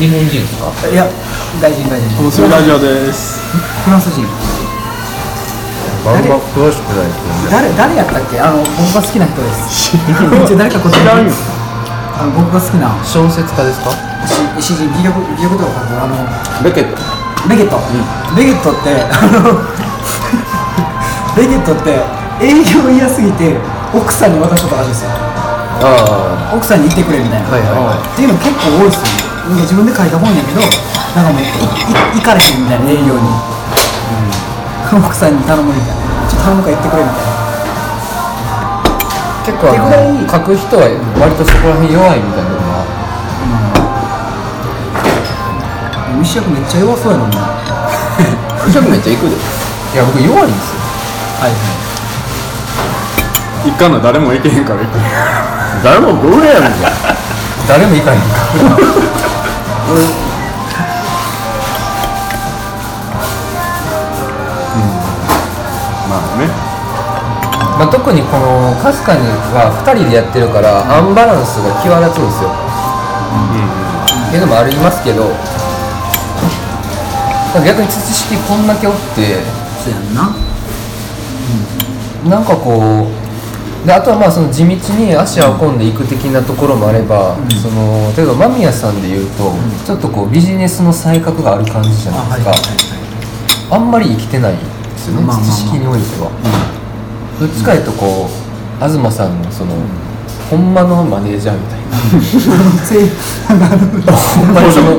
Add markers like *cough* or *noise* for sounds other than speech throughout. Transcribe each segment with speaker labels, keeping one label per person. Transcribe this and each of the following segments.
Speaker 1: 日本人ですか
Speaker 2: いや外人外人
Speaker 3: おすすめラジオです
Speaker 2: フランス人
Speaker 4: バンバン詳しくないですもんね
Speaker 2: 誰誰やったっけあの僕が好きな人ですちょ誰かこっちに
Speaker 3: らんよ
Speaker 2: あの僕が好きな
Speaker 1: 小説家ですか
Speaker 2: 詩人ギリョギリョブとかあの
Speaker 4: ベケット
Speaker 2: ベゲット、ベゲットってあの *laughs* ベゲットって営業嫌すぎて奥さんに渡したとかあるんですよ
Speaker 4: あ
Speaker 2: 奥さんに言ってくれみたいな、
Speaker 4: はいはいはい
Speaker 2: っていうの結構多いですよなんか自分で書いた本やけどなんかもういいいかれへんみたいな営業に、奥さんに頼むみたいなちょっと頼むから言ってくれみたい
Speaker 4: あ
Speaker 2: な
Speaker 4: 結構あの
Speaker 2: 結
Speaker 4: 書く人は割とそこら辺弱いみたいなのが
Speaker 2: 西役めっちゃ弱そうやのにな
Speaker 4: 100めっちゃいくでいや僕弱いんですよ
Speaker 2: はい
Speaker 3: 一貫の誰も行けへんから行く
Speaker 4: 誰もゴールやるんじゃん誰も行かへんか
Speaker 3: まあね
Speaker 4: まあ、特にこのかすかには2人でやってるからアンバランスが際立つんですよ、っていうのもありますけど逆に知識こんだけおって
Speaker 2: そうやんな
Speaker 4: なんかこうであとはまあその地道に足を運んでいく的なところもあれば、その例えば間宮さんで言うと、ちょっとこうビジネスの才覚がある感じじゃないですか、あんまり生きてないですよね、
Speaker 2: まあまあ
Speaker 4: 知
Speaker 2: まあ
Speaker 4: 識においては、どっちかいうとこう東さんのその、ほんまのマネージャーみたいなほんまにその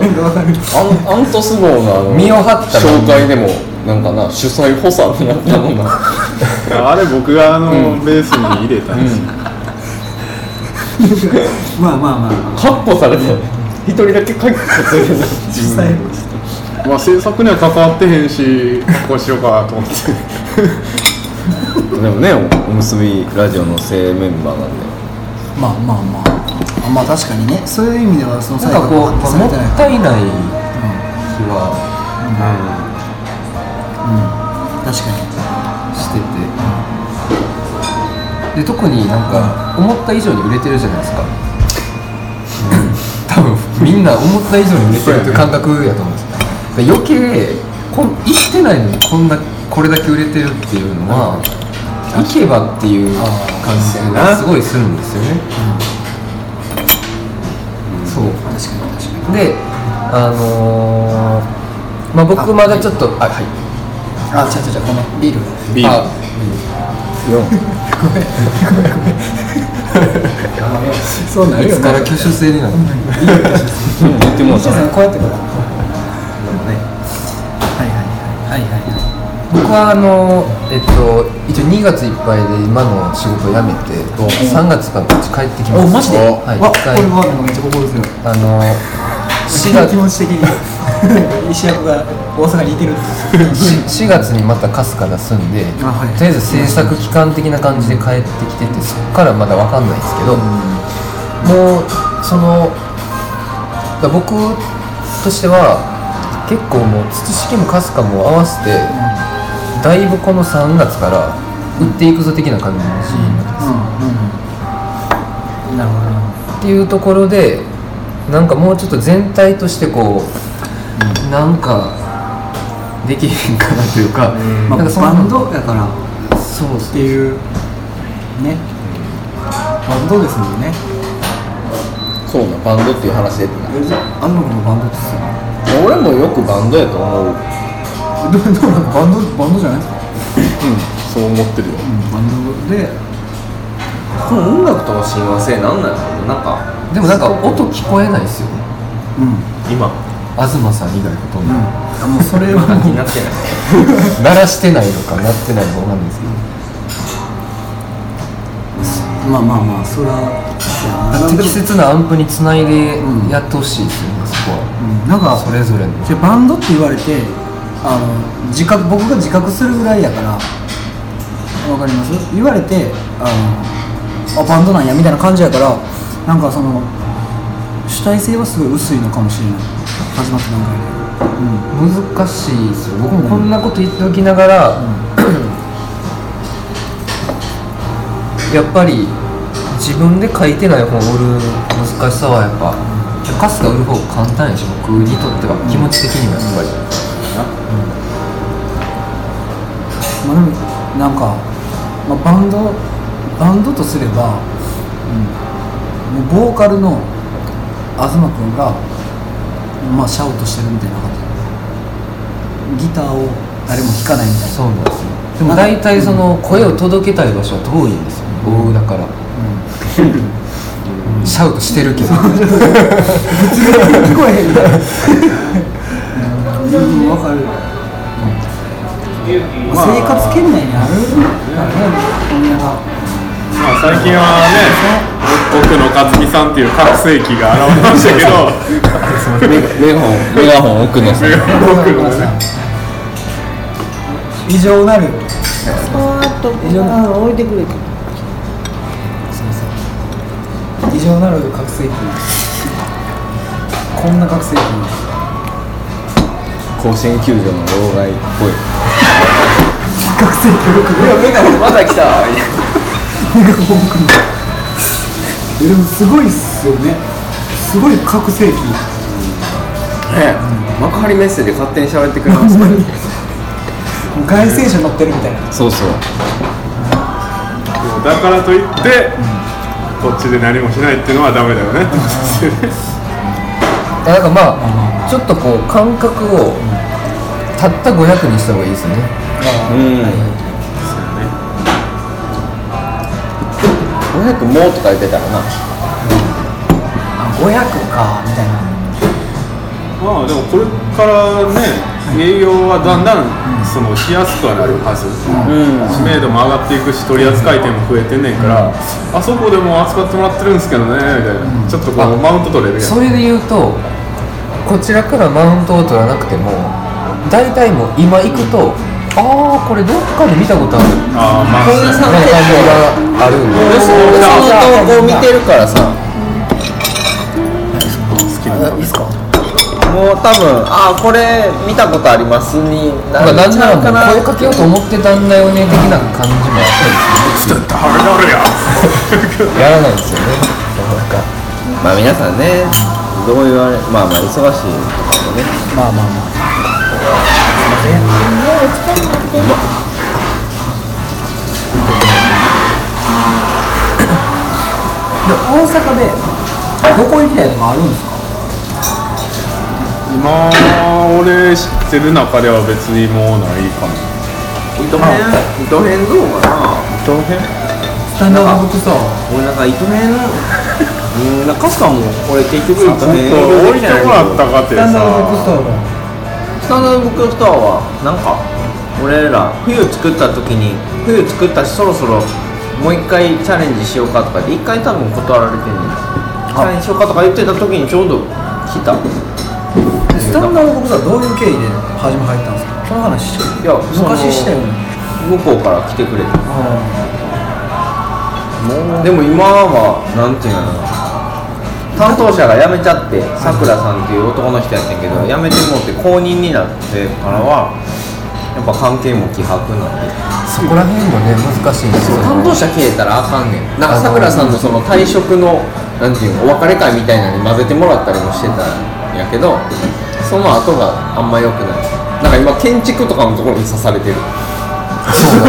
Speaker 5: アンアントス号のあの
Speaker 4: 身を張った
Speaker 5: 紹介でもなんかな主催補佐になったもんな
Speaker 3: あれ僕があの、ベースに入れたんですよ、
Speaker 2: まあまあまあまあ
Speaker 5: 確保されて一人だけ確保されてる
Speaker 2: 実際
Speaker 3: まあ制作には関わってへんしこうしようかなと思って
Speaker 5: でもねおおむすびラジオの正メンバーなんで
Speaker 2: まあまあまあまあ確かにねそういう意味ではその
Speaker 4: なん
Speaker 2: 最
Speaker 4: か
Speaker 2: 後
Speaker 4: こう
Speaker 2: 発揮
Speaker 4: もっ
Speaker 2: されてな
Speaker 4: たいな
Speaker 2: い
Speaker 4: い気は
Speaker 2: 確かに
Speaker 4: しててで特になんか思った以上に売れてるじゃないです
Speaker 2: *laughs*
Speaker 4: か多分みんな思った以上に売れてるという感覚やと思うんですよで余計こん行ってないのにこんなこれだけ売れてるっていうのは行けばっていう感じがすごいするんですよね、そう
Speaker 2: 確かに確かに
Speaker 4: であのーまあ僕まだちょっとあはい
Speaker 2: あ違う違う違うこのビール
Speaker 3: ビール
Speaker 4: あ
Speaker 2: そうなる
Speaker 4: い
Speaker 2: よ
Speaker 4: つから
Speaker 2: ね
Speaker 4: 挙手制になる
Speaker 5: 言ってもう
Speaker 2: 西
Speaker 5: た
Speaker 2: 田さんこうやってこうだ
Speaker 4: ね
Speaker 2: はいはいはいはい
Speaker 4: 僕はあのえっと一応2月いっぱいで今の仕事を辞めて3月からこっち帰ってきます
Speaker 2: おマジで
Speaker 4: はい
Speaker 2: わ
Speaker 4: 一
Speaker 2: こ
Speaker 4: 回
Speaker 2: れはなんかめっちゃ心強い
Speaker 4: あの4月
Speaker 2: 気持ち的 *laughs* に石役が大阪にいてる
Speaker 4: し4月にまた春日が住んで、
Speaker 2: あはい
Speaker 4: とりあえず制作期間的な感じで帰ってきててそこからまだ分かんないんですけど、もうそのだ僕としては結構もう土式も春日も合わせて、だいぶこの3月から売っていくぞ的な感じのシーンになってます、
Speaker 2: なるほどな
Speaker 4: っていうところでなんかもうちょっと全体としてこう、なんかできへんかなというか、
Speaker 2: ま
Speaker 4: な
Speaker 2: あ
Speaker 4: んかそんな
Speaker 2: バンドやからっ
Speaker 4: そうそう
Speaker 2: ていうねバンドですもんね
Speaker 5: そうなバンドっていう話出てない
Speaker 2: あんのこのバンドですよ
Speaker 5: 俺もよくバンドやと思う
Speaker 2: どうどうなんかバンドバンドじゃないですか
Speaker 3: そう思ってるよ
Speaker 2: バンドで
Speaker 5: この音楽との親和性なんなんやろうなんか
Speaker 4: でもなんか音聞こえないですよね
Speaker 2: うん
Speaker 3: 今
Speaker 4: 東さん以外ほとんど、
Speaker 2: あもうそれはもう
Speaker 5: 気になってない
Speaker 4: 鳴らしてないのか鳴ってないのか分かんないですけど
Speaker 2: *laughs* まあまあまあそれは
Speaker 4: 適切なアンプにつないで
Speaker 2: うん
Speaker 4: やってほしいですよね、そこは、
Speaker 2: うんなんか
Speaker 4: それぞれの
Speaker 2: じゃあバンドって言われてあの自覚僕が自覚するぐらいやからわかります言われてあのあバンドなんやみたいな感じやからなんかその主体性はすごい薄いのかもしれない始まった段階で、うん、
Speaker 4: 難しいですよ僕もこんなこと言っておきな *clears throat* がら、やっぱり自分で書いてない本を売る難しさはやっぱ結カスが売る方が簡単やし僕にとっては気持ち的にもやっぱり、
Speaker 2: まあ、でもなんか、まあ、バンドバンドとすれば、うん、もうボーカルの東君が、まあ、シャウトしてるみたいな感じギターを誰も弾かないみたいな、
Speaker 4: そうなんですよでも大体その声を届けたい場所は遠いんですよ、僕だから、シャウトしてるけど
Speaker 2: 聞こえへんみたいなうんわかる、まあ、生活圏内にあるからね本屋が。
Speaker 3: まあ、最近はね奥野克美さんっていう覚醒器が現れましたけど
Speaker 1: メガホン、メガホン奥野さん。
Speaker 3: 僕のね
Speaker 2: 異常なる
Speaker 6: パーッとあ置いてくれて
Speaker 2: 異常なる覚醒器こんな覚醒器
Speaker 1: 甲子園球場の老害っぽい。
Speaker 2: 覚醒器よく
Speaker 5: いやメガホンまた来た
Speaker 2: でもすごいっすよねすごい覚醒器
Speaker 5: ね幕張メッセで勝手に喋ってくれましたよ
Speaker 2: 外星車乗ってるみたいな
Speaker 1: そうそう。
Speaker 3: だからといってこっちで何もしないっていうのはダメだよね
Speaker 4: だからまあちょっとこう感覚をたった500にした方がいいですね
Speaker 5: うん
Speaker 1: 500もとか言ってたらな。
Speaker 2: あ500かみたいな
Speaker 3: まあでもこれからね営業はだんだんそのしやすくはなるはず、知名度も上がっていくし取り扱い店も増えてんねんから、あそこでもう扱ってもらってるんですけどねみたいな、ちょっとこうマウント取れるやん
Speaker 4: それで言うとこちらからマウントを取らなくても大体もう今行くと、ああこれどっかで見たことある
Speaker 3: ああまあ
Speaker 4: こういう感じがあるんで
Speaker 1: 俺その投稿見てるからさ。
Speaker 2: いいっすか
Speaker 1: もう多分、ああ、これ見たことありますにな
Speaker 4: なんか
Speaker 1: る
Speaker 4: なんん
Speaker 1: ち
Speaker 4: な
Speaker 1: ゃうからな
Speaker 4: もう声。かけようと思ってたんだよね的な感じもやっ
Speaker 3: あれなるやん
Speaker 4: ぱりやらないんですよねなんか
Speaker 1: まあ皆さんね、どう言われ、まあまあ忙しいとかもね。
Speaker 2: まあまあまあで大阪でどこ行きたいとかあるんですか
Speaker 3: 今俺知ってる中では別にもうないかも
Speaker 5: 糸編糸編どうかな
Speaker 3: どの辺
Speaker 2: スタンダード僕さ
Speaker 5: 俺なんか糸編うんなんかすかも俺結局糸編
Speaker 3: 置いてもらったかって
Speaker 2: スタン
Speaker 3: さ
Speaker 2: ダード僕さ
Speaker 5: スタンダードブックストアはなんか俺ら冬作った時に冬作ったしそろそろもう一回チャレンジしようかとかで一回多分断られてんねんチャレンジしようかとか言ってた時にちょうど来たい
Speaker 2: スタンダード僕さどういう経緯で初め入ったんですかその話し
Speaker 5: や
Speaker 2: 昔したよね
Speaker 5: その向こうから来てくれて
Speaker 2: あ
Speaker 5: でも今はなんていうのかな担当者が辞めちゃってさくらさんっていう男の人やったんやけど辞めてもうて公認になってからはやっぱ関係も希薄なんで
Speaker 4: そこら辺もね難しいんですよ
Speaker 5: 担当者消えたらあかんねんなんかさくらさんのその退職のなんていうのお別れ会みたいなのに混ぜてもらったりもしてたんやけどその後があんま良くないなんか今建築とかのところに刺されてる
Speaker 4: そう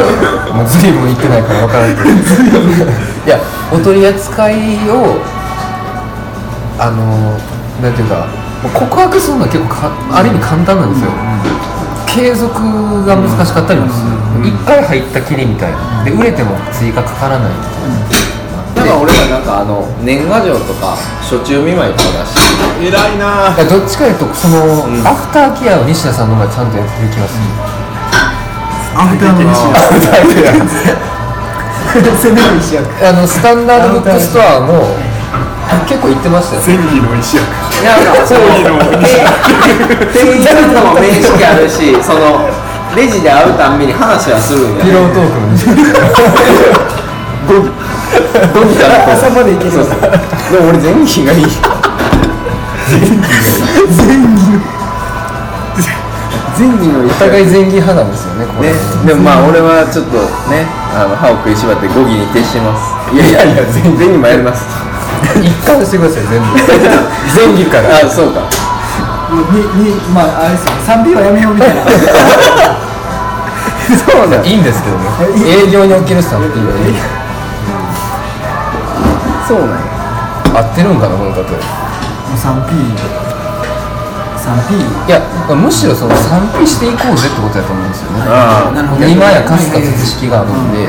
Speaker 4: だねもう随分行ってないから分からんけど *laughs* いやお取り扱いをあのなんていうかもう告白するのは結構かある意味簡単なんですよ、継続が難しかったりもする一、回入ったきりみたいなで売れても追加かからないみたいな
Speaker 5: なんか俺らなんかあの年賀状とか暑中見舞いとかだし
Speaker 3: 偉いな
Speaker 4: だからどっちかというとその、アフターケアを西田さんの方がちゃんとやってる気がする、
Speaker 2: あアフターの西
Speaker 4: アフターケア
Speaker 2: 背中にしや
Speaker 4: あのスタンダードブックストアも結構行ってましたよ
Speaker 3: 善意の石や
Speaker 5: なんかその
Speaker 3: 善意の石
Speaker 5: 店員さんとも面識あるしそのレジで会うたんびに話はするんや
Speaker 4: ピロートークの西田
Speaker 5: どう見たらこう
Speaker 2: 朝まで行けそう
Speaker 5: でも俺全員がいい
Speaker 2: 前儀の
Speaker 4: お互い前儀派なんですよねこれ
Speaker 5: ね
Speaker 4: ね、
Speaker 5: でもまあ俺はちょっとねあの歯を食いしばって語義に徹しますいやいやいや全員もやります
Speaker 4: 一貫してくださ
Speaker 1: *laughs*
Speaker 4: い全部前儀から
Speaker 1: あそうか
Speaker 2: もうににまああれですよね 3P はやめようみたいな *laughs*
Speaker 4: そうだいいんですけどね営業におけるさんっていうのはいい
Speaker 1: そうなんや
Speaker 4: 合ってるんかなこの例え
Speaker 2: 3P3P
Speaker 4: いやむしろその賛否していこうぜってことだと思うんですよね
Speaker 1: あ
Speaker 2: なる
Speaker 4: で今やかすかと知識があるん
Speaker 1: あ
Speaker 4: で、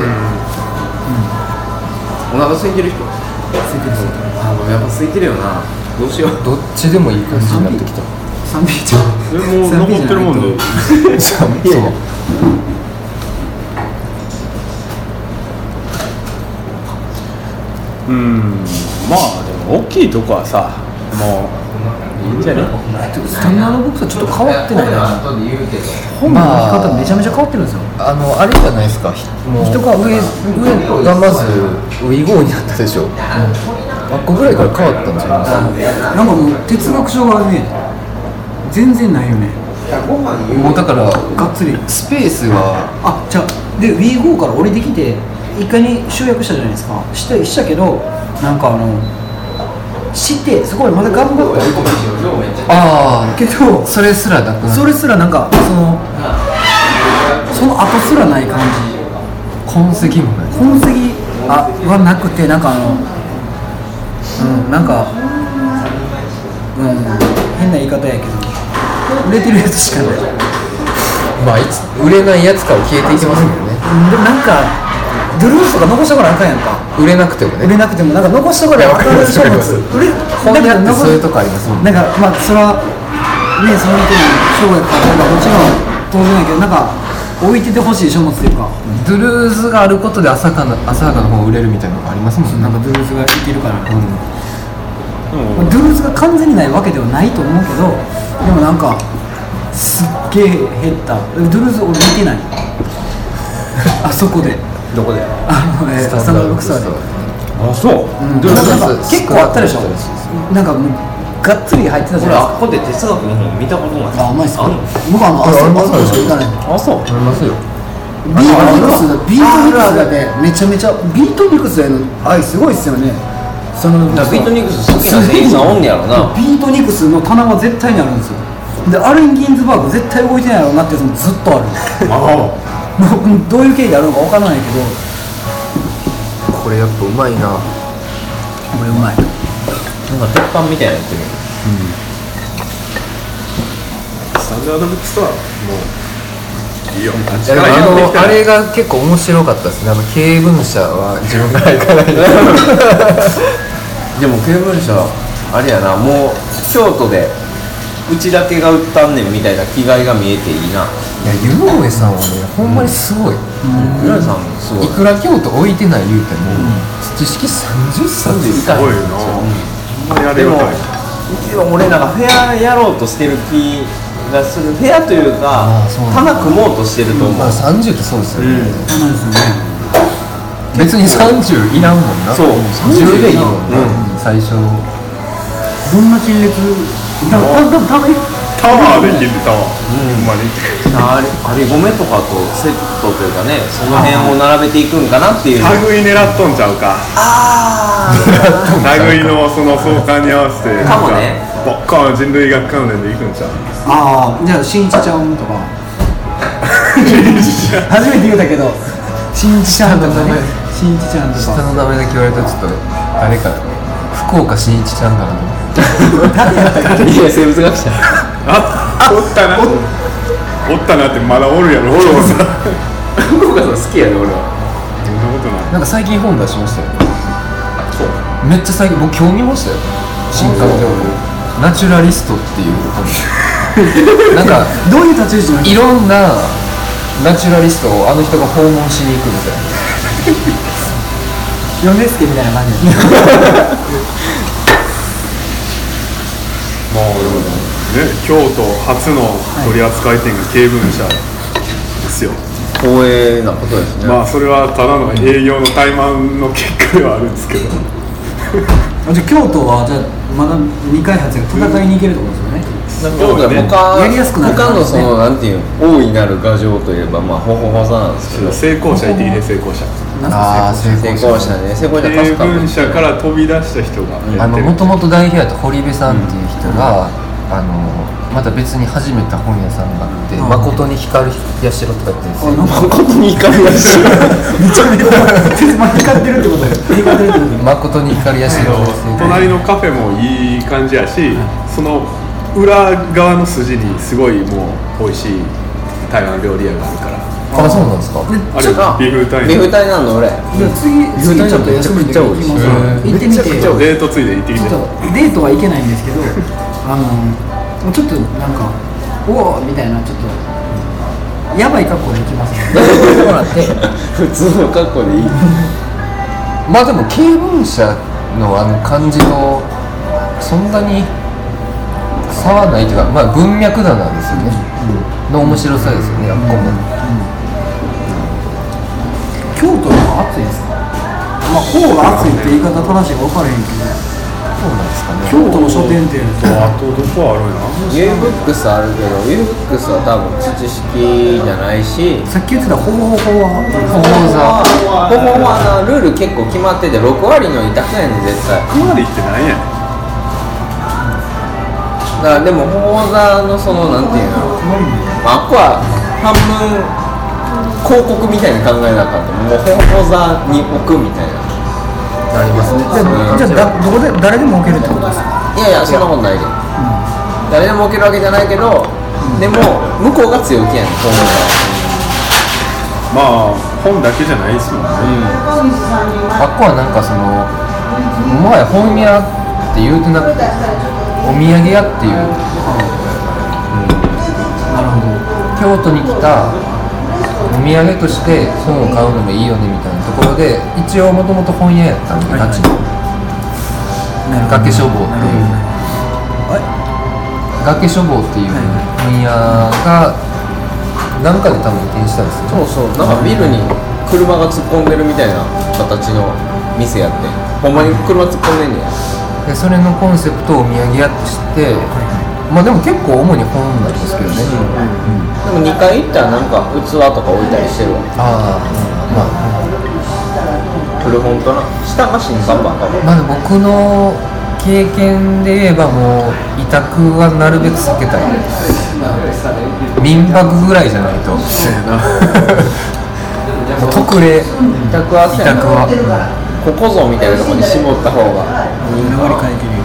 Speaker 1: お腹空いてる人あもうやっぱ空いてるよなどうしよう
Speaker 4: どっちでもいい感じになって
Speaker 1: *laughs*
Speaker 4: きた
Speaker 2: 3P ちゃ
Speaker 3: で
Speaker 2: う
Speaker 3: もう残ってるもんで
Speaker 4: そう
Speaker 3: うんまあでも大きいとこはさもういいんじゃね
Speaker 2: スタミナの僕とちょっと変わってないな
Speaker 5: 後で言うけど
Speaker 2: 本の
Speaker 4: まあ
Speaker 2: 書き方めちゃめちゃ変わってるんですよ
Speaker 4: あのあれじゃないですかもう人が上上がまずウイゴーになったでしょ、うあっこぐらいから変わったんじゃないですか
Speaker 2: なんかもう哲学書がね全然ないよね
Speaker 4: もうだから
Speaker 2: がっつり
Speaker 4: スペースは
Speaker 2: あじゃあで WeGo から降りてきて一回に集約したじゃないですかしてしたけどなんかあのしてそこでまた頑張った
Speaker 4: あ
Speaker 2: けど
Speaker 4: あそれすらなくな
Speaker 2: そ
Speaker 4: る
Speaker 2: れすらなんかそのその後すらない感じ
Speaker 4: 痕跡もない
Speaker 2: 痕跡あはなくてなんかあのうんなんかうん変な言い方やけど売れてるやつしかない
Speaker 4: まあいつ売れないやつから消えていきますもんね
Speaker 2: うんでもなんかドゥルースとか残しとかなあかんやんか
Speaker 4: 売れなくても
Speaker 2: 売れ
Speaker 4: ね
Speaker 2: なくてもなんか残しとかなあかん
Speaker 4: いやわかります
Speaker 2: 売
Speaker 4: わ
Speaker 2: れ
Speaker 4: かります本当だってそういうとこありますもん
Speaker 2: なんかまあそれはねその人の商売からなんかもちろん当然やけどなんか置いててほしい書物っていうか
Speaker 4: ドゥルーズがあることで浅かな浅はかな方が売れるみたいなのがありますもんね
Speaker 2: なんかドゥルースがいけるからね
Speaker 3: うん
Speaker 2: まあドゥルーズが完全にないわけではないと思うけどでもなんかすっげえ減ったドゥルーズ俺見て
Speaker 4: *laughs*
Speaker 2: ないあそこで
Speaker 4: どこで
Speaker 2: あのねスタンダードボクサーで、
Speaker 3: あそう
Speaker 2: うん、なんか結構あったでしょなんかもうがっつり入ってたじゃ
Speaker 5: 俺
Speaker 2: ない
Speaker 5: あっこで哲学の本見たことない
Speaker 2: ですかあうまいっすか
Speaker 5: あんの
Speaker 2: 僕あ
Speaker 4: あ
Speaker 2: のあ
Speaker 4: れ
Speaker 2: そ
Speaker 4: あれもある
Speaker 2: こしか行かない
Speaker 3: あそう
Speaker 4: ありますよ
Speaker 2: ビートミックスだビートミックスがねめちゃめちゃビートミックスへの愛すごいっすよねその
Speaker 5: だからビートニクス好きな店員さんおんねやろな
Speaker 2: ビートニクスの棚は絶対にあるんですよでアレン・ギンズバーグ絶対動いてないやろうなってやつもずっとある *laughs*
Speaker 3: あ
Speaker 2: などういう経緯であるのか分からないけど
Speaker 4: これやっぱうまいな
Speaker 2: これうまい
Speaker 5: なんか鉄板みたいなやってる
Speaker 3: スタンダードブックストアもういいよ
Speaker 4: いやでもあのあれが結構面白かったですねあの経営分社は自分から行か *laughs* ない
Speaker 5: でも経文社あれやなもう京都でうちだけが売ったんねんみたいな気概が見えていいない
Speaker 4: や湯上さんはねほんまにすごい、
Speaker 5: 浦井さんすごい
Speaker 4: いくら京都置いてない言うても、知識30冊以
Speaker 3: す
Speaker 4: 下
Speaker 3: ごいよなほんまにあれが
Speaker 5: でも
Speaker 3: たいう
Speaker 5: ちは俺なんかフェアやろうとしてる気がするフェアというか
Speaker 4: あそうなんだ
Speaker 5: 棚組もうとしてると思う、
Speaker 4: まあ30ってそうですよね、
Speaker 2: そうなんですよね
Speaker 4: 別に30いらんもんな
Speaker 5: そう
Speaker 4: 10でいいもんな、最初
Speaker 2: どんな陳列多分多分多分
Speaker 3: タワーできるタワーほんまに
Speaker 5: あれあれ米とかとセットというかねその辺を並べていくん *laughs* かなっていう
Speaker 3: 類狙っとんちゃうか類のその相関に合わせて
Speaker 5: かもね
Speaker 3: ボッカーン人類学関連でいくんちゃう
Speaker 2: ああじゃあ新一ちゃんとか初めて言うたけど新一ちゃんとかね新一ちゃんと
Speaker 4: 下
Speaker 2: か
Speaker 4: の名前だけ言われたらちょっと誰か福岡新一ちゃんかなと思って
Speaker 5: いや生物学者
Speaker 3: あおったなおったなってまだおるやろおるおさ
Speaker 5: 福岡さん好きやね俺は
Speaker 3: そんなこと
Speaker 4: な
Speaker 3: ない
Speaker 4: んか最近本出しましたよねめっちゃ最近僕興味ましたよ新刊で「ナチュラリスト」っていう
Speaker 5: *laughs*
Speaker 4: 本なんか
Speaker 2: どういう立ち位置なの
Speaker 4: いろんなナチュラリストをあの人が訪問しに行くみたいな
Speaker 2: 米助みたいな感じで
Speaker 3: まあでもね京都初の取り扱い店が経文社ですよ、
Speaker 5: 光栄なことですね
Speaker 3: まあそれはただの営業の怠慢の結果ではあるんですけど
Speaker 2: あじゃあ京都はじゃあまだ未開発が戦いに行けるってことですよね
Speaker 5: そうだね他
Speaker 2: やりやすくなる
Speaker 5: 他のそのなんていうの大いなる牙城といえばまあほほほさなんですけど
Speaker 3: 成功者いていいね成功者
Speaker 2: なん
Speaker 4: ああ
Speaker 2: か
Speaker 4: 成
Speaker 5: 成
Speaker 4: 功
Speaker 5: 功者ね成功者
Speaker 3: 英
Speaker 5: 数か
Speaker 3: 文社から飛び出した人が
Speaker 4: あ
Speaker 3: やっ
Speaker 4: の
Speaker 3: てる
Speaker 4: もともと代表やった堀部さんっていう人が、あのまた別に始めた本屋さんがあって「
Speaker 2: うん
Speaker 4: 誠に光るやしろ」とかって
Speaker 2: あなんか
Speaker 5: 誠に怒りが
Speaker 2: *laughs*
Speaker 5: し
Speaker 2: めちゃめちゃ鉄板光ってるってことよ光ってるってこと
Speaker 4: 「誠に光るやしろ」っていう
Speaker 3: 隣のカフェもいい感じやしその裏側の筋にすごいもう美味しい台湾料理屋があるから
Speaker 4: あそうなんですか
Speaker 3: あれビフタイ
Speaker 5: ビ
Speaker 3: ム
Speaker 5: フタイなの俺
Speaker 2: じゃあ次次ちょっと休みで行きましょう行ってみてちょっ
Speaker 3: デートついで行ってきて
Speaker 2: とデートは行けないんですけどあのもうちょっとなんかおおみたいなちょっとやばい格好で行きますね *laughs*
Speaker 4: もらって
Speaker 5: 普通の格好でい *laughs* い
Speaker 4: まあでも経文社のあの感じとそんなに差はないというかまあ文脈だなんですよね、の面白さですよねあっこも、
Speaker 2: 京都の方が暑いですかまあ方が暑いって言い方正しいか分からへんけ
Speaker 4: そうなんですかね
Speaker 2: ど京都の書店っていうと
Speaker 3: あとどこあるんや
Speaker 5: UBOOKS あるけど UBOOKS は多分土式じゃないし
Speaker 2: さっき言ってた方法
Speaker 4: 講
Speaker 2: は
Speaker 4: 座
Speaker 5: ここもあのルール結構決まってて6割の委託やねん絶対
Speaker 3: な熊りってなんやねん
Speaker 5: だからでも講座のそのなんていうのまああっこは半分広告みたいに考えなかったもう講座に置くみたいな
Speaker 4: ありますね
Speaker 2: じゃあじゃあだどこで誰でも置けるってことですか
Speaker 5: いやいやそんなことないで、誰でも置けるわけじゃないけど、でも向こうが強気やねん講座は
Speaker 3: まあ本だけじゃないですもんね
Speaker 4: あっこはなんかそのもはや本屋って言うてなくてお土産屋っていう
Speaker 2: なるほ
Speaker 4: 京都に来たお土産として本を買うのもいいよねみたいなところで一応もともと本屋やったんで
Speaker 2: はい
Speaker 4: ガチの
Speaker 2: どなるほど
Speaker 4: 崖消防っていう
Speaker 2: はい
Speaker 4: 崖書房っていう本屋がなんかで多分移転したんですよ
Speaker 5: そうそうなんかビルに車が突っ込んでるみたいな形の店やってほんまに車突っ込んでんねや
Speaker 4: でそれのコンセプトをお土産屋としてまあでも結構主に本なんですけどね、
Speaker 5: でも2階行ったらなんか器とか置いたりしてるわ
Speaker 4: ああまあ
Speaker 5: 古本とな下が新看板かも
Speaker 4: まだ僕の経験で言えばもう委託はなるべく避けたい民泊ぐらいじゃないとも *laughs* う特例委
Speaker 5: 委託はそうや
Speaker 4: 託は
Speaker 5: なここぞみたいなとこに絞った方が
Speaker 2: 流れ変えてる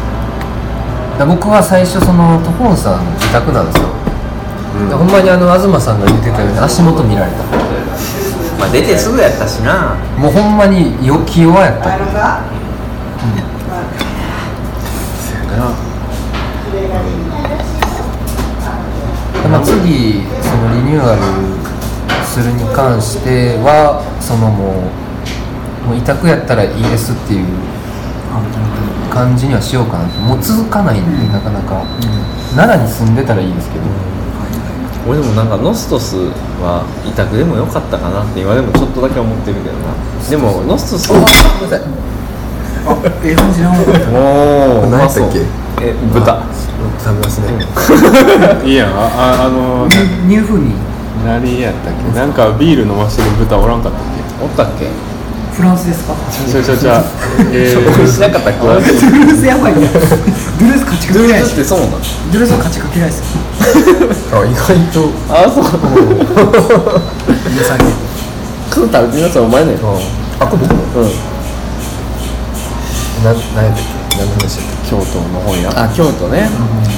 Speaker 4: だ僕は最初そのトホンさんの自宅なんですよ、だほんまにあの東さんが言ってたように足元見られた
Speaker 7: まあ、出てすぐやったしな
Speaker 4: もうほんまによ気弱やったでまあ、次そのリニューアルするに関してはそのもうもう委託やったらいいですっていう感じにはしようかなともう続かないんで、なかなか、奈良に住んでたらいいですけど、
Speaker 7: 俺でもなんかノストスは委託でもよかったかなって今でもちょっとだけ思ってるけどなでもノストスは
Speaker 2: ええ感じなの
Speaker 7: おお
Speaker 8: 何やったっけ
Speaker 7: え豚
Speaker 8: 食べますね
Speaker 3: いいやんあああのな
Speaker 2: ニューフーミー
Speaker 3: 何やったっけなんかビール飲ましてる豚おらんかったっけ
Speaker 5: おったっけ
Speaker 2: フランスですか
Speaker 3: ちょちょ *laughs* ちょえ
Speaker 5: ドゥルスなかったっけドゥ
Speaker 2: ドゥルースやばいねドゥルース勝ちかけない
Speaker 5: ル
Speaker 2: で
Speaker 5: スっ
Speaker 2: す
Speaker 5: てそうなの
Speaker 2: ドゥルースは勝ちかけないですよ
Speaker 8: あ意外と
Speaker 5: あそう
Speaker 2: 皆さんに
Speaker 5: カンタうちのやつはお前ね
Speaker 8: あこれ僕も
Speaker 5: うん
Speaker 8: な何やったっけ何の話やったっ
Speaker 5: 京都の本屋あ京都ね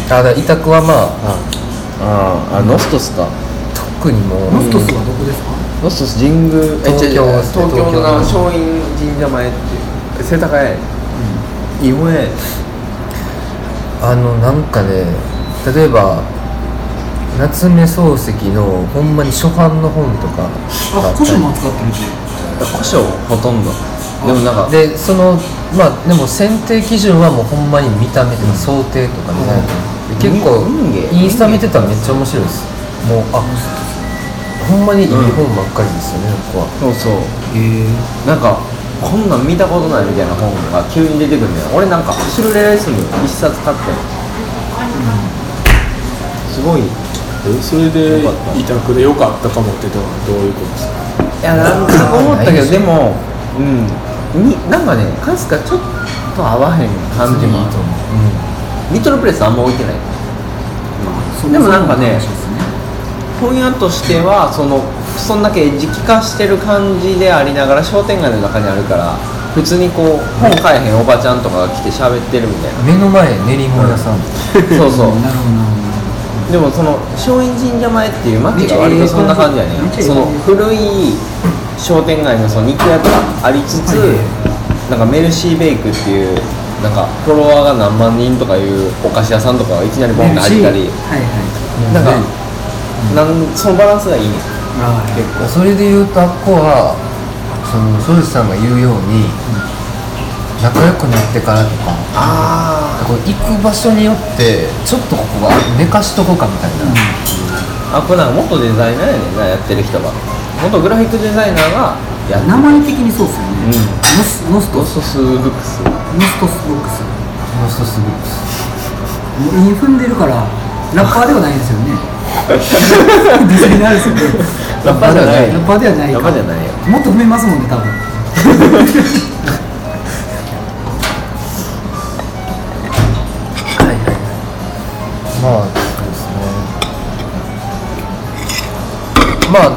Speaker 4: あだから委託はまあ
Speaker 5: あああノストスか
Speaker 4: 特にもう
Speaker 2: ロストスはどこですか
Speaker 5: ノストス神宮え
Speaker 4: 東京
Speaker 5: 違う違う
Speaker 4: ですね
Speaker 5: 東京のな
Speaker 4: 東
Speaker 5: 松陰神社前っていう世田谷いいもんやね
Speaker 4: あのなんかね例えば夏目漱石のほんまに初版の本とか
Speaker 2: あ、古書も扱ってるし
Speaker 5: 古書ほとんどでもなんか
Speaker 4: でそのまあでも選定基準はもうほんまに見た目とか想定とかね、で結構
Speaker 5: うんうん
Speaker 4: インスタ見てたらめっちゃ面白いですもうあほんまにいい本ばっかりですよね、ここは
Speaker 5: そうそうなんかこんなん見たことないみたいな本が急に出てくるんだよ俺なんかシルレレスム一冊買ってんすごい
Speaker 3: それで委託でよかったかもってどういうことですか
Speaker 5: いやなんか思ったけどでもうんになんかねかすかちょっと合わへん感じもあるうんリトルプレスあんま置いてないでもなんかね本屋としてはそのそんだけ時期化してる感じでありながら商店街の中にあるから普通にこう本買えへんおばちゃんとかが来て喋ってるみたいな
Speaker 4: 目の前練り物屋さん
Speaker 5: *laughs* そうそう
Speaker 2: なるほどなるほど
Speaker 5: でもその松陰神社前っていう街が割とそんな感じやね
Speaker 2: めっちゃええ
Speaker 5: その古い商店街のその肉屋とかありつつなんかメルシーベイクっていうなんかフォロワーが何万人とかいうお菓子屋さんとかがいきなりボンってありたり
Speaker 2: はいはい
Speaker 5: なんかなんそのバランスがいいね
Speaker 2: ああ
Speaker 5: 結構
Speaker 4: それで言うとあっこはその庄司さんが言うように、仲良くなってからとか
Speaker 5: あ
Speaker 4: こう行く場所によってちょっとここは寝かしとこうかみたいな、
Speaker 5: あこれなんか元デザイナーやねんなやってる人が元グラフィックデザイナーがやって
Speaker 2: 名
Speaker 5: る
Speaker 2: 前的にそうっすよね、
Speaker 5: うん
Speaker 2: ノスノスト
Speaker 5: ロ
Speaker 2: ノス
Speaker 5: ススブックス
Speaker 2: トスボックス
Speaker 4: も
Speaker 2: も
Speaker 4: う一つブックス
Speaker 2: うイン踏んでるからラッパーではないんですよねディズニーになるんですよね
Speaker 5: ラッパーじゃない
Speaker 2: ラッパーではない
Speaker 5: やばじゃないよ
Speaker 2: もっと踏めますもんね多分
Speaker 4: まあそうですねまあ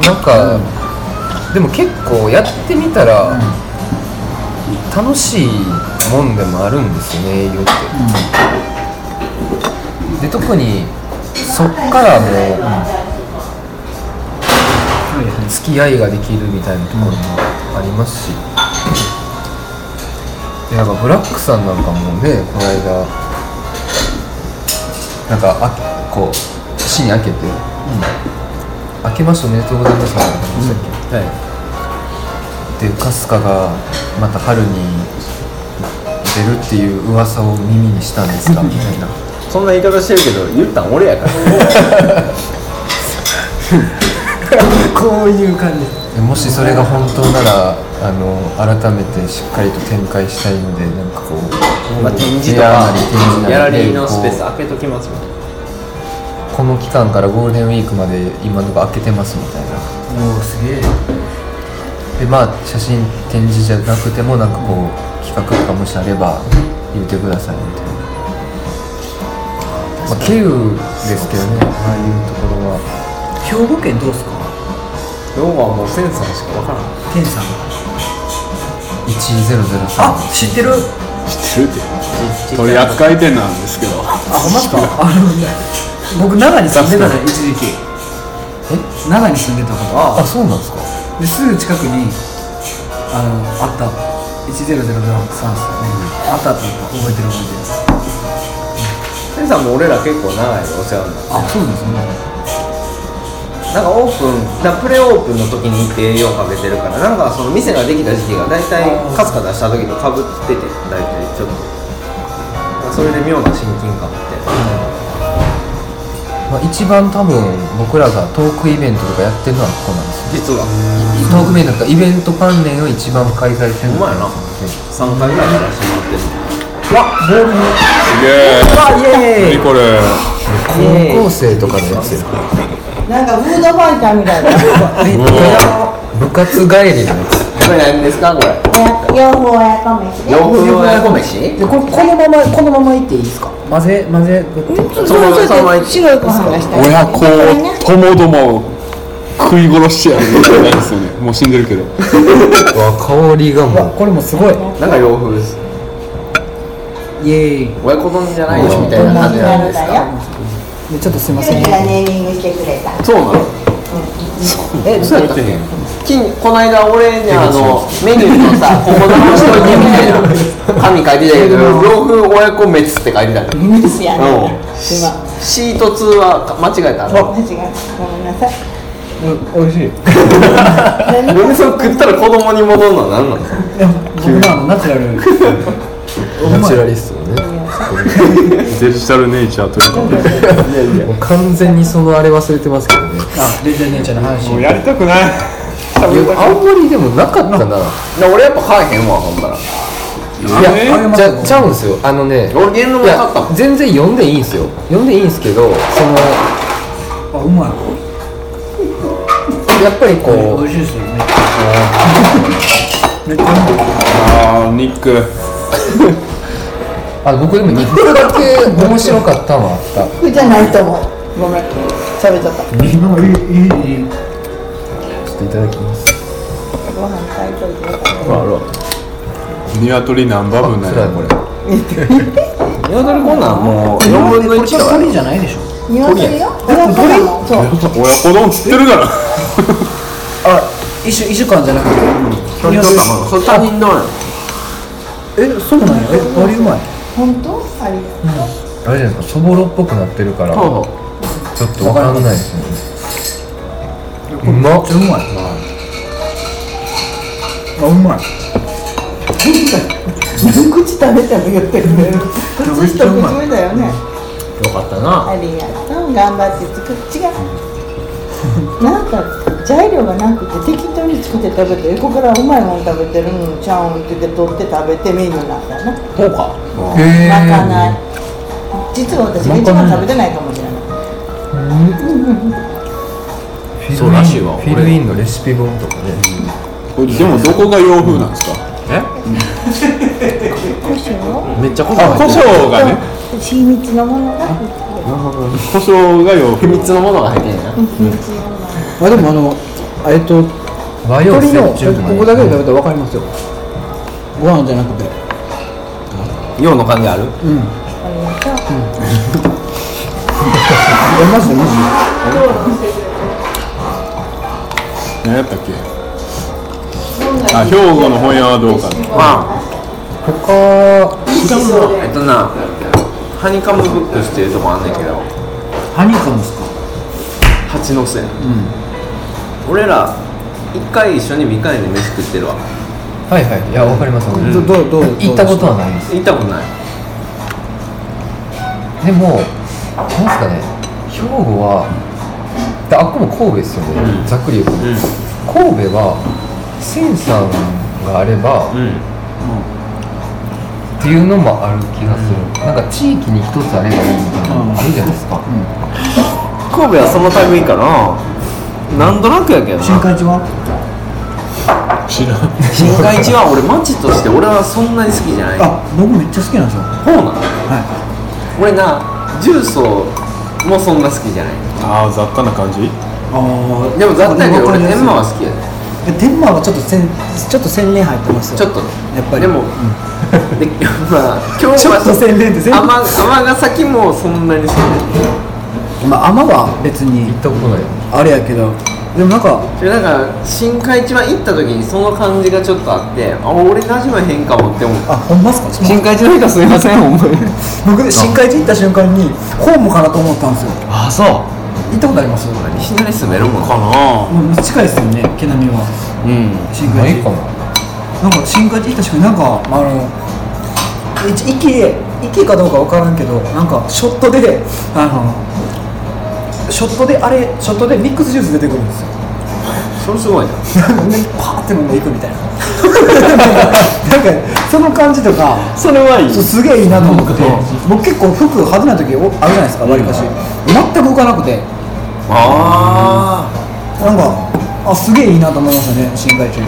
Speaker 4: なんか、でも結構やってみたら、楽しいもんでもあるんですよね営業って、で特にそっからもう、付き合いができるみたいなところもありますし、でなんかブラックさんなんかもねこの間なんかあこう死に開けて、開けましておめでとうございますみたいな感じでしたっけ、で春日がまた春に出るっていう噂を耳にしたんですかみたいな
Speaker 5: そんな言い方してるけど言ったん俺やから
Speaker 2: こういう感じ
Speaker 4: でもしそれが本当ならあの改めてしっかりと展開したいのでなんかこう、
Speaker 5: まあ、展示と
Speaker 4: 部屋な
Speaker 5: か
Speaker 4: り展示なり
Speaker 5: ギャラリーのスペース
Speaker 4: こ
Speaker 5: 開けときますもん
Speaker 4: うこの期間からゴールデンウィークまで今のとこ開けてますみたいな
Speaker 2: おおすげえ
Speaker 4: でまあ写真展示じゃなくてもなんかこう企画とかもしあれば言ってくださいみたいな、まあ、経由ですけどねああいうところは
Speaker 2: 兵庫県どうっすか
Speaker 5: 今日はもうセンサーしかわからん
Speaker 2: 天さん
Speaker 4: 1003
Speaker 2: あ知ってる
Speaker 3: 知ってるって取り扱い店なんですけど
Speaker 2: あほんまっすかあの僕長に住んでたのよ一時期え長に住んでたから
Speaker 4: あそうなんですか
Speaker 2: ですぐ近くにあのあった100ドラッグサンスね、あったあったあった覚えてる覚えてる
Speaker 5: センサーも俺ら結構長いお世話になっ
Speaker 2: あ
Speaker 5: て
Speaker 2: そうなんですね
Speaker 5: なんかオープンだプレオープンの時に行って栄養かけてるからなんかその店ができた時期が大体カスカ出した時とかぶってて大体ちょっとなんかそれで妙な親近感って
Speaker 4: まあ、一番多分僕らがトークイベントとかやってるのはここなんですよ
Speaker 5: 実は
Speaker 4: トークイベントとかイベント関連を一番開催してる
Speaker 5: ほんまやな3回ぐらいからしてもらってる
Speaker 3: すげえ何これ
Speaker 9: 高校生とかのやつや
Speaker 6: なんかフードファイターみたいな。
Speaker 4: 部活帰りのやつ
Speaker 5: これ何ですかこれ
Speaker 6: 洋風親子飯ね。
Speaker 5: 洋風の親子飯
Speaker 2: でこれこのままこのままいっていいですか混ぜ混ぜ
Speaker 6: そうそうそう。白いご飯がしたい。
Speaker 3: 親子
Speaker 6: これね
Speaker 3: ともどもを食い殺してやるみたいなんですよねもう死んでるけど
Speaker 4: 香りがもう
Speaker 2: これもすごい
Speaker 5: なんか洋風です
Speaker 2: イエーイ
Speaker 5: 親子丼じゃないよみたいな感じなんですか
Speaker 2: でちょっとすいま
Speaker 6: ゆ
Speaker 2: せん
Speaker 6: うきがネーミングしてくれた。
Speaker 5: そうなのえ、そうやったっけ金この間俺にあの *laughs* メニューのさ、ここだしといてみたいな紙書いてたけど、洋風親子滅って書いてたの
Speaker 6: ミスやな。
Speaker 5: うん
Speaker 6: すまん。
Speaker 5: シート2は間違えたの
Speaker 6: 間違った。ごめんなさい。 *laughs* うん、美
Speaker 5: 嫁
Speaker 6: 味しい。
Speaker 5: さん食ったら子供に戻るのは何なの
Speaker 2: 僕のあのナチュラル
Speaker 9: ナチュラリストのね
Speaker 3: *laughs* デジタルネイチャーというか
Speaker 9: もう完全にそのあれ忘れてますけどね
Speaker 2: あレジェネーチャーの話
Speaker 3: やりたくない
Speaker 9: いや青森でもなかったな
Speaker 5: で俺やっぱ買えへんわ、ほんなら
Speaker 9: いや
Speaker 3: え
Speaker 9: じゃちゃうんですよあのね
Speaker 5: 俺言論
Speaker 9: い
Speaker 5: 分
Speaker 9: や
Speaker 5: かったもん
Speaker 9: 全然読んでいいんですよ読んでいいんですけどその
Speaker 2: あうまい
Speaker 4: やっぱりこ
Speaker 2: 美
Speaker 4: う
Speaker 2: 味しいですよね
Speaker 3: ああニック
Speaker 4: あ僕でも一個だけ面白かったのはあった
Speaker 6: 服じゃないと思うごめん喋っちゃった
Speaker 2: 今いいいいいい
Speaker 4: ちょっといただきます
Speaker 6: ご飯炊いといてよかっ
Speaker 3: 鶏何羽分な
Speaker 4: そ
Speaker 3: ん
Speaker 4: れ
Speaker 3: や
Speaker 4: はこれ
Speaker 5: 鶏こんなんもう4分の1だわ
Speaker 2: 鳥じゃないでしょ
Speaker 6: た鶏よ親子だもんそう
Speaker 3: 親子丼釣ってるから
Speaker 2: あ一週一週間じゃなくて
Speaker 5: 鳥と卵それ他人のやん
Speaker 2: えそうなんやえ鳥うまい
Speaker 6: 本当ありがとう
Speaker 4: あれじゃないですかそぼろっぽくなってるからちょっとわからないですねうまっ
Speaker 2: うまいあうまい
Speaker 6: *laughs* 口食べても言ってくれる
Speaker 2: めっ
Speaker 6: 口
Speaker 2: ちゃ
Speaker 6: と
Speaker 2: うまい
Speaker 6: 口目だよね
Speaker 5: よかったな
Speaker 6: ありがとう頑張って作って違う *laughs* なんか材料がなくて適当に作って食べて横からうまいもん食べてるんちゃうんって言って取って食べてメニューなんだよね
Speaker 5: そうか
Speaker 4: へえ
Speaker 6: まかない実は私が一番食べてないかもしれない
Speaker 4: フィルイン
Speaker 5: そうらしいわ
Speaker 4: フィルインのレシピ本とかね
Speaker 3: これでもどこが洋風なんですか
Speaker 6: 胡椒
Speaker 5: めっちゃこ
Speaker 3: あ胡椒がね
Speaker 6: と秘密のものが入ってる
Speaker 3: 胡椒が洋風
Speaker 5: 秘密のものが入ってんねんな
Speaker 6: 秘密のもの
Speaker 2: あでもあのあえっと
Speaker 4: 和洋
Speaker 2: 鳥の
Speaker 4: 折
Speaker 2: こ
Speaker 4: 衷とかね
Speaker 2: こだけで食べたらわかりますよご飯じゃなくて
Speaker 5: 用の感じある
Speaker 2: うん
Speaker 6: ありがとう
Speaker 2: えマジでマジで
Speaker 3: 何やったっけあ兵庫の本屋はどうかな
Speaker 5: まあ
Speaker 4: 他
Speaker 5: えっとなハニカムブックスっていうとこあんねんけど
Speaker 2: ハニカムですか
Speaker 5: 八の瀬、俺ら一回一緒に美化園で飯食ってるわ
Speaker 4: はいはいいやわかりますわかります
Speaker 2: どどうどうどう
Speaker 4: 行ったことはないです
Speaker 5: 行ったことない
Speaker 4: でもなんすかね兵庫はであっこも神戸ですよね、ざっくり言うと、神戸はセンサーがあれば、
Speaker 5: ん
Speaker 4: っていうのもある気がする、なんか地域に一つあればいいみたいなのあるじゃないですか、
Speaker 5: 神戸はそのタイミングかななんとなくやけどな
Speaker 2: 深海地は
Speaker 5: 深海地は俺街として俺はそんなに好きじゃない
Speaker 2: あ僕めっちゃ好きなんですよ
Speaker 5: ほうなの
Speaker 2: は
Speaker 5: 俺な重曹もそんな好きじゃない
Speaker 3: ああ雑多な感じ
Speaker 2: いあ
Speaker 5: でも雑多やけど俺
Speaker 2: で
Speaker 5: 天
Speaker 2: もわ
Speaker 5: 満は
Speaker 2: か
Speaker 5: 好きや
Speaker 2: りま
Speaker 5: で
Speaker 2: す天満はちょっと千ちょっと千年入ってますよ
Speaker 5: ちょっと
Speaker 2: やっぱり
Speaker 5: でも、でまあ今
Speaker 2: *laughs*
Speaker 5: 日
Speaker 2: ちょっと
Speaker 5: は
Speaker 2: 洗練って全部
Speaker 5: 尼崎もそんなに好きじゃな
Speaker 2: まあ
Speaker 5: い
Speaker 2: 天は別に
Speaker 4: 行ったことない
Speaker 2: あれやけどでもなんか
Speaker 5: それなんか深海市場行った時にその感じがちょっとあってあ俺馴染まへんかもって思った
Speaker 2: あほんまっすかちょっと待って
Speaker 5: 海市の人すいませんほんまに
Speaker 2: 僕深海地行った瞬間にホームかなと思ったんですよ
Speaker 5: あそう
Speaker 2: 行ったことあります
Speaker 5: 西成住めるもん
Speaker 3: かな
Speaker 2: もう近いですよね毛並みは
Speaker 5: うん
Speaker 2: 深
Speaker 4: な
Speaker 2: 海
Speaker 4: い
Speaker 2: 地
Speaker 4: かも
Speaker 2: なんか深海地行った瞬間になんかあの一息息かどうか分からんけどなんかショットであのショットであれショットでミックスジュース出てくるんですよ
Speaker 5: それすごいじゃん
Speaker 2: なんでパーって飲んでいくみたいななんかその感じとか
Speaker 5: それはいい
Speaker 2: そうすげえいいなと思って僕結構服派手な時おあるじゃないですかわりかし全く浮かなくて
Speaker 5: ああ
Speaker 2: なんかあすげえいいなと思いましたね深海中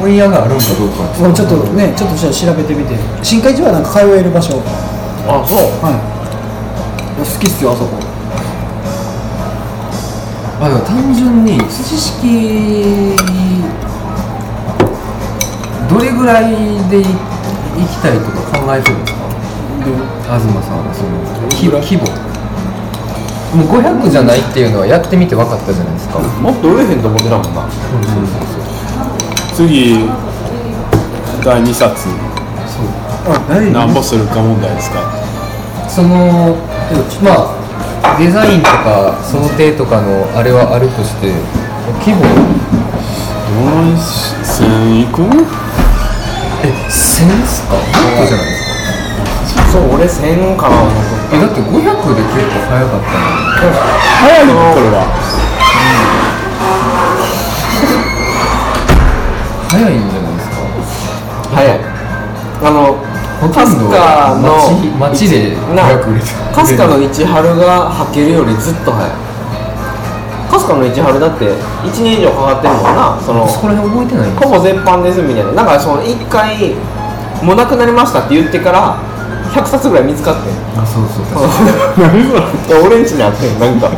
Speaker 4: 本屋があるんかどうか
Speaker 2: もうちょっとねちょっとじゃあ調べてみて深海中はなんか通える場所
Speaker 5: あそう
Speaker 2: はいいや好きっすよあそこ
Speaker 4: まあでも単純に知識どれぐらいでい行きたいとか考えてるんですか東さんはその規規模もう500じゃないっていうのはやってみて分かったじゃないですか
Speaker 5: もっと売れへんと思ってたもんな
Speaker 3: 次第2冊
Speaker 2: あ何
Speaker 3: 何ぼするか問題ですか
Speaker 4: そのまあデザインとか想定とかのあれはあるとして規模
Speaker 3: 4000いく
Speaker 4: え1000ですかもっとじゃないですか
Speaker 5: そう俺1000かな
Speaker 4: えだって500で結構早かったのに
Speaker 3: 早いのこれは
Speaker 4: 早いんじゃないですか
Speaker 5: 早いあの
Speaker 4: ほと
Speaker 5: カス
Speaker 4: んど
Speaker 5: カの
Speaker 4: 街街で
Speaker 5: な
Speaker 4: 500売れてる
Speaker 5: カスカの市春が履けるよりずっと早いかすかの市春だって1年以上かかってるもんなその
Speaker 4: そこら辺覚えてないん
Speaker 5: ほぼ絶版ですみたいななんかその1回もうなくなりましたって言ってから100冊ぐらい見つかってん
Speaker 4: あそうそう確か
Speaker 5: いや俺んちにあってんなんか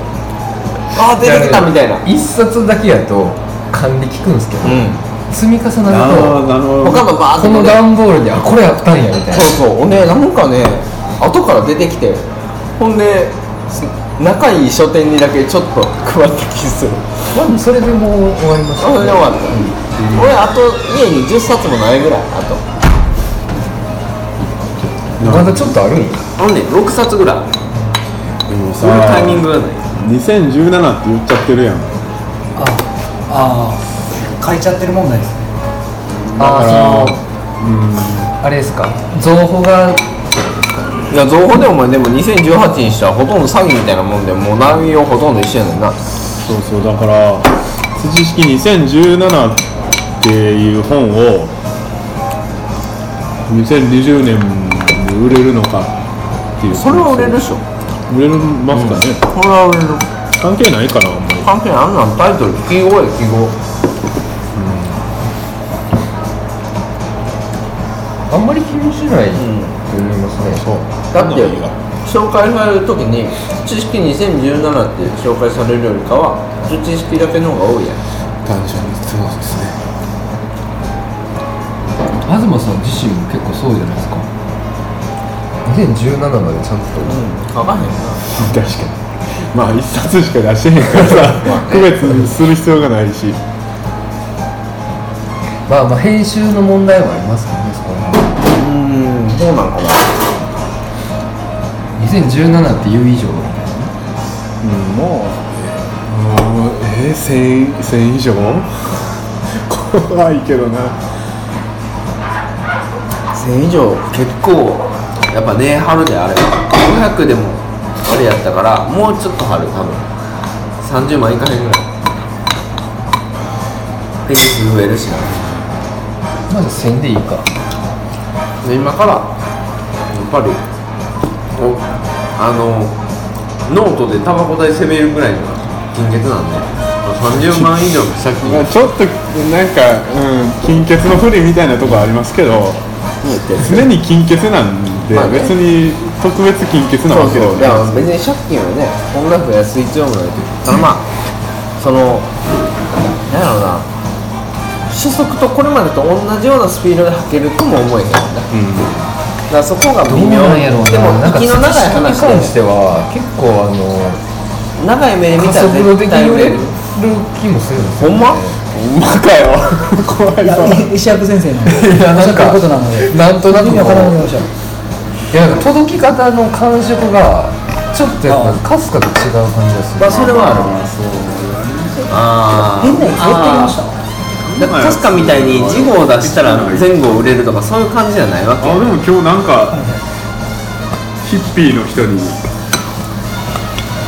Speaker 5: ああ出てきたみたいな
Speaker 4: に一冊だけやと還暦くんですけど、
Speaker 5: うん
Speaker 4: 積み重なる
Speaker 3: あ
Speaker 4: と
Speaker 3: あなるほど
Speaker 5: 他もバーッ
Speaker 4: この
Speaker 5: と出て
Speaker 4: 段ボールにあこれあったんやみたいな
Speaker 5: そうそうおねなんかね後から出てきてほんです仲いい書店にだけちょっと配ってきする
Speaker 4: まあもうそれでもう終わりまし
Speaker 5: あ
Speaker 4: た
Speaker 5: それで終わった、
Speaker 4: ん
Speaker 5: 俺あと家に10冊もないぐらいあと
Speaker 4: まだちょっとあるんや
Speaker 5: ほんで6冊ぐらい
Speaker 3: でも
Speaker 5: そういうタイミン
Speaker 3: さ
Speaker 5: グがない
Speaker 3: 2017って言っちゃってるやん
Speaker 2: あああ変えちゃってる問題ですね
Speaker 4: ああそのあれですか情報が
Speaker 5: いや情報でお前でも2018にしたらほとんど詐欺みたいなもんでもう内容ほとんど一緒やねんな
Speaker 3: そうそうだから「土式2017」っていう本を2020年に売れるのかっていう
Speaker 5: それは売れるでしょ
Speaker 3: 売れますかね、
Speaker 5: それは売れる
Speaker 3: 関係ないかなあんまり
Speaker 5: 関係ないあんなんタイトル記号や記号
Speaker 4: あんまり気にしないと思いますね、
Speaker 5: だって
Speaker 3: 何が
Speaker 5: 紹介される時に「知識2017」って紹介されるよりかは「知識だけの方が多いやん
Speaker 1: 単純にそうですね
Speaker 4: 東さん自身も結構そうじゃないですか2017までちゃんと、
Speaker 5: 書かへんな
Speaker 3: 確かにまあ一冊しか出してへんからさ区別する必要がないし
Speaker 4: まあまあ編集の問題はありますからねそこら辺
Speaker 5: うんそうなんかな
Speaker 4: 2017っていう以上
Speaker 3: うんもうもうえー、1000 1000以上怖いけどな
Speaker 5: 1000以上結構やっぱね春であれ500でもあれやったからもうちょっと春多分30万いかへんぐらいペース増えるしな
Speaker 4: まあじゃあ1000でいいか
Speaker 5: で今からやっぱりおあのノートでタバコ代攻めるぐらいの金額なんで30万以上借金
Speaker 3: まあ、ちょっとなんか、うん、金欠の不利みたいなとこありますけど常に金欠なんで、
Speaker 5: まあね
Speaker 3: 別に特別金欠な
Speaker 5: そう
Speaker 3: わ
Speaker 5: そ
Speaker 3: けでも
Speaker 5: うい
Speaker 3: ない
Speaker 5: や別に借金はねこんな増やす必要もないけどただまあそのなんやろうな初速とこれまでと同じようなスピードで履けるとも思えへんだだからそこが
Speaker 4: ど
Speaker 5: 微
Speaker 4: う
Speaker 5: 妙
Speaker 4: なんやろう
Speaker 5: でも
Speaker 4: ななんか
Speaker 5: 気の長い
Speaker 4: に
Speaker 5: 話
Speaker 4: 関し
Speaker 5: で
Speaker 4: ては結構あの
Speaker 5: 長い目で見
Speaker 4: 加
Speaker 5: たら
Speaker 4: 速度的
Speaker 5: 絶対
Speaker 4: に
Speaker 5: 売
Speaker 4: 売れ
Speaker 5: れ
Speaker 4: る
Speaker 5: る
Speaker 4: 気もするんです
Speaker 5: ほ
Speaker 4: よ、
Speaker 5: んま
Speaker 3: ほんまか
Speaker 5: *laughs*
Speaker 3: よ怖い
Speaker 2: い
Speaker 3: ぞ
Speaker 2: や石役先生の
Speaker 4: いや
Speaker 2: おっ
Speaker 4: な
Speaker 2: しゃ
Speaker 4: ん
Speaker 2: ってる
Speaker 4: か
Speaker 2: ことなので
Speaker 4: なんとなくこう
Speaker 2: 意味わからないおっしゃる
Speaker 4: いやなんか届き方の感触がちょっとやっぱかすかと違う感じがする
Speaker 5: まあそれはあるああ
Speaker 2: 変なやつやってきました
Speaker 5: だから確かみたいに事後を出したら前後売れるとかそういう感じじゃないわ
Speaker 3: あ
Speaker 5: け
Speaker 3: でも今日なんかヒッピーの人に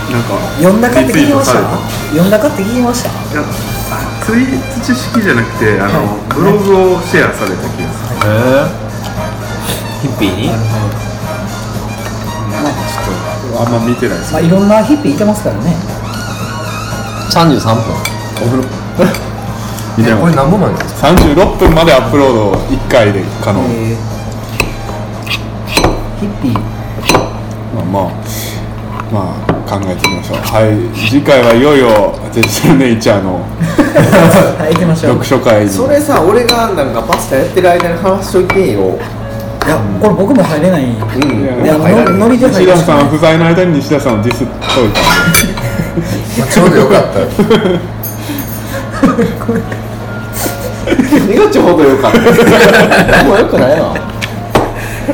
Speaker 3: なんか
Speaker 2: 呼んだかって聞きまし
Speaker 3: リツイートされた
Speaker 2: た呼んだかって聞きました
Speaker 3: いやあツイ土式じゃなくてあの、ブログをシェアされた気がする
Speaker 5: へえヒッピーに
Speaker 3: ちょっとあんま見てないです
Speaker 2: まあいろんなヒッピーいてますからね
Speaker 5: 33分
Speaker 3: 見て
Speaker 4: こ
Speaker 3: な
Speaker 4: れ
Speaker 3: い
Speaker 4: 何本なん *laughs* ですか
Speaker 3: 36分までアップロード1回で可能、
Speaker 2: えーヒッピー
Speaker 3: まあまあ、まあ、考えてみましょうはい次回はいよいよ「デジタルネイチャー」の
Speaker 2: はい行きましょう
Speaker 3: 読書会に
Speaker 5: それさ俺がなんかパスタやってる間に話しといてよ
Speaker 2: いやこれ僕も入れない
Speaker 5: うん
Speaker 2: いやのノリで入
Speaker 3: 西
Speaker 2: りま
Speaker 3: 田
Speaker 2: した
Speaker 3: さん不在の間に西田さんをディスっといたんで
Speaker 4: ちょうどよかった
Speaker 5: 2月ほどよ *laughs* かったもうよくないわ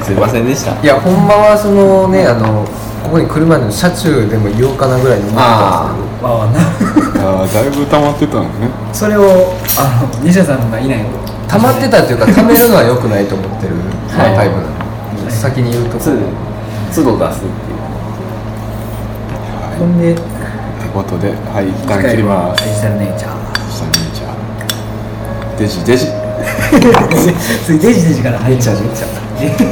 Speaker 5: すいませんでした
Speaker 4: いやほんまはそのねあのここに来る前の車中でも言おうかなぐらいの思ってたんですけど
Speaker 3: ああだいぶ溜まってたんですね
Speaker 2: *laughs* それをあの西田さんがいないので
Speaker 4: 溜まってたというか溜めるのは良くないと思ってる、まあタイプなので先に言うとこ
Speaker 5: つ都度出すっていう
Speaker 2: ほんで
Speaker 3: ということではい一旦切ります
Speaker 2: デジタルネイ *laughs* チャー
Speaker 3: デジタルネイチャーデジデジ
Speaker 2: 次デジデジから入っちゃうデジデジ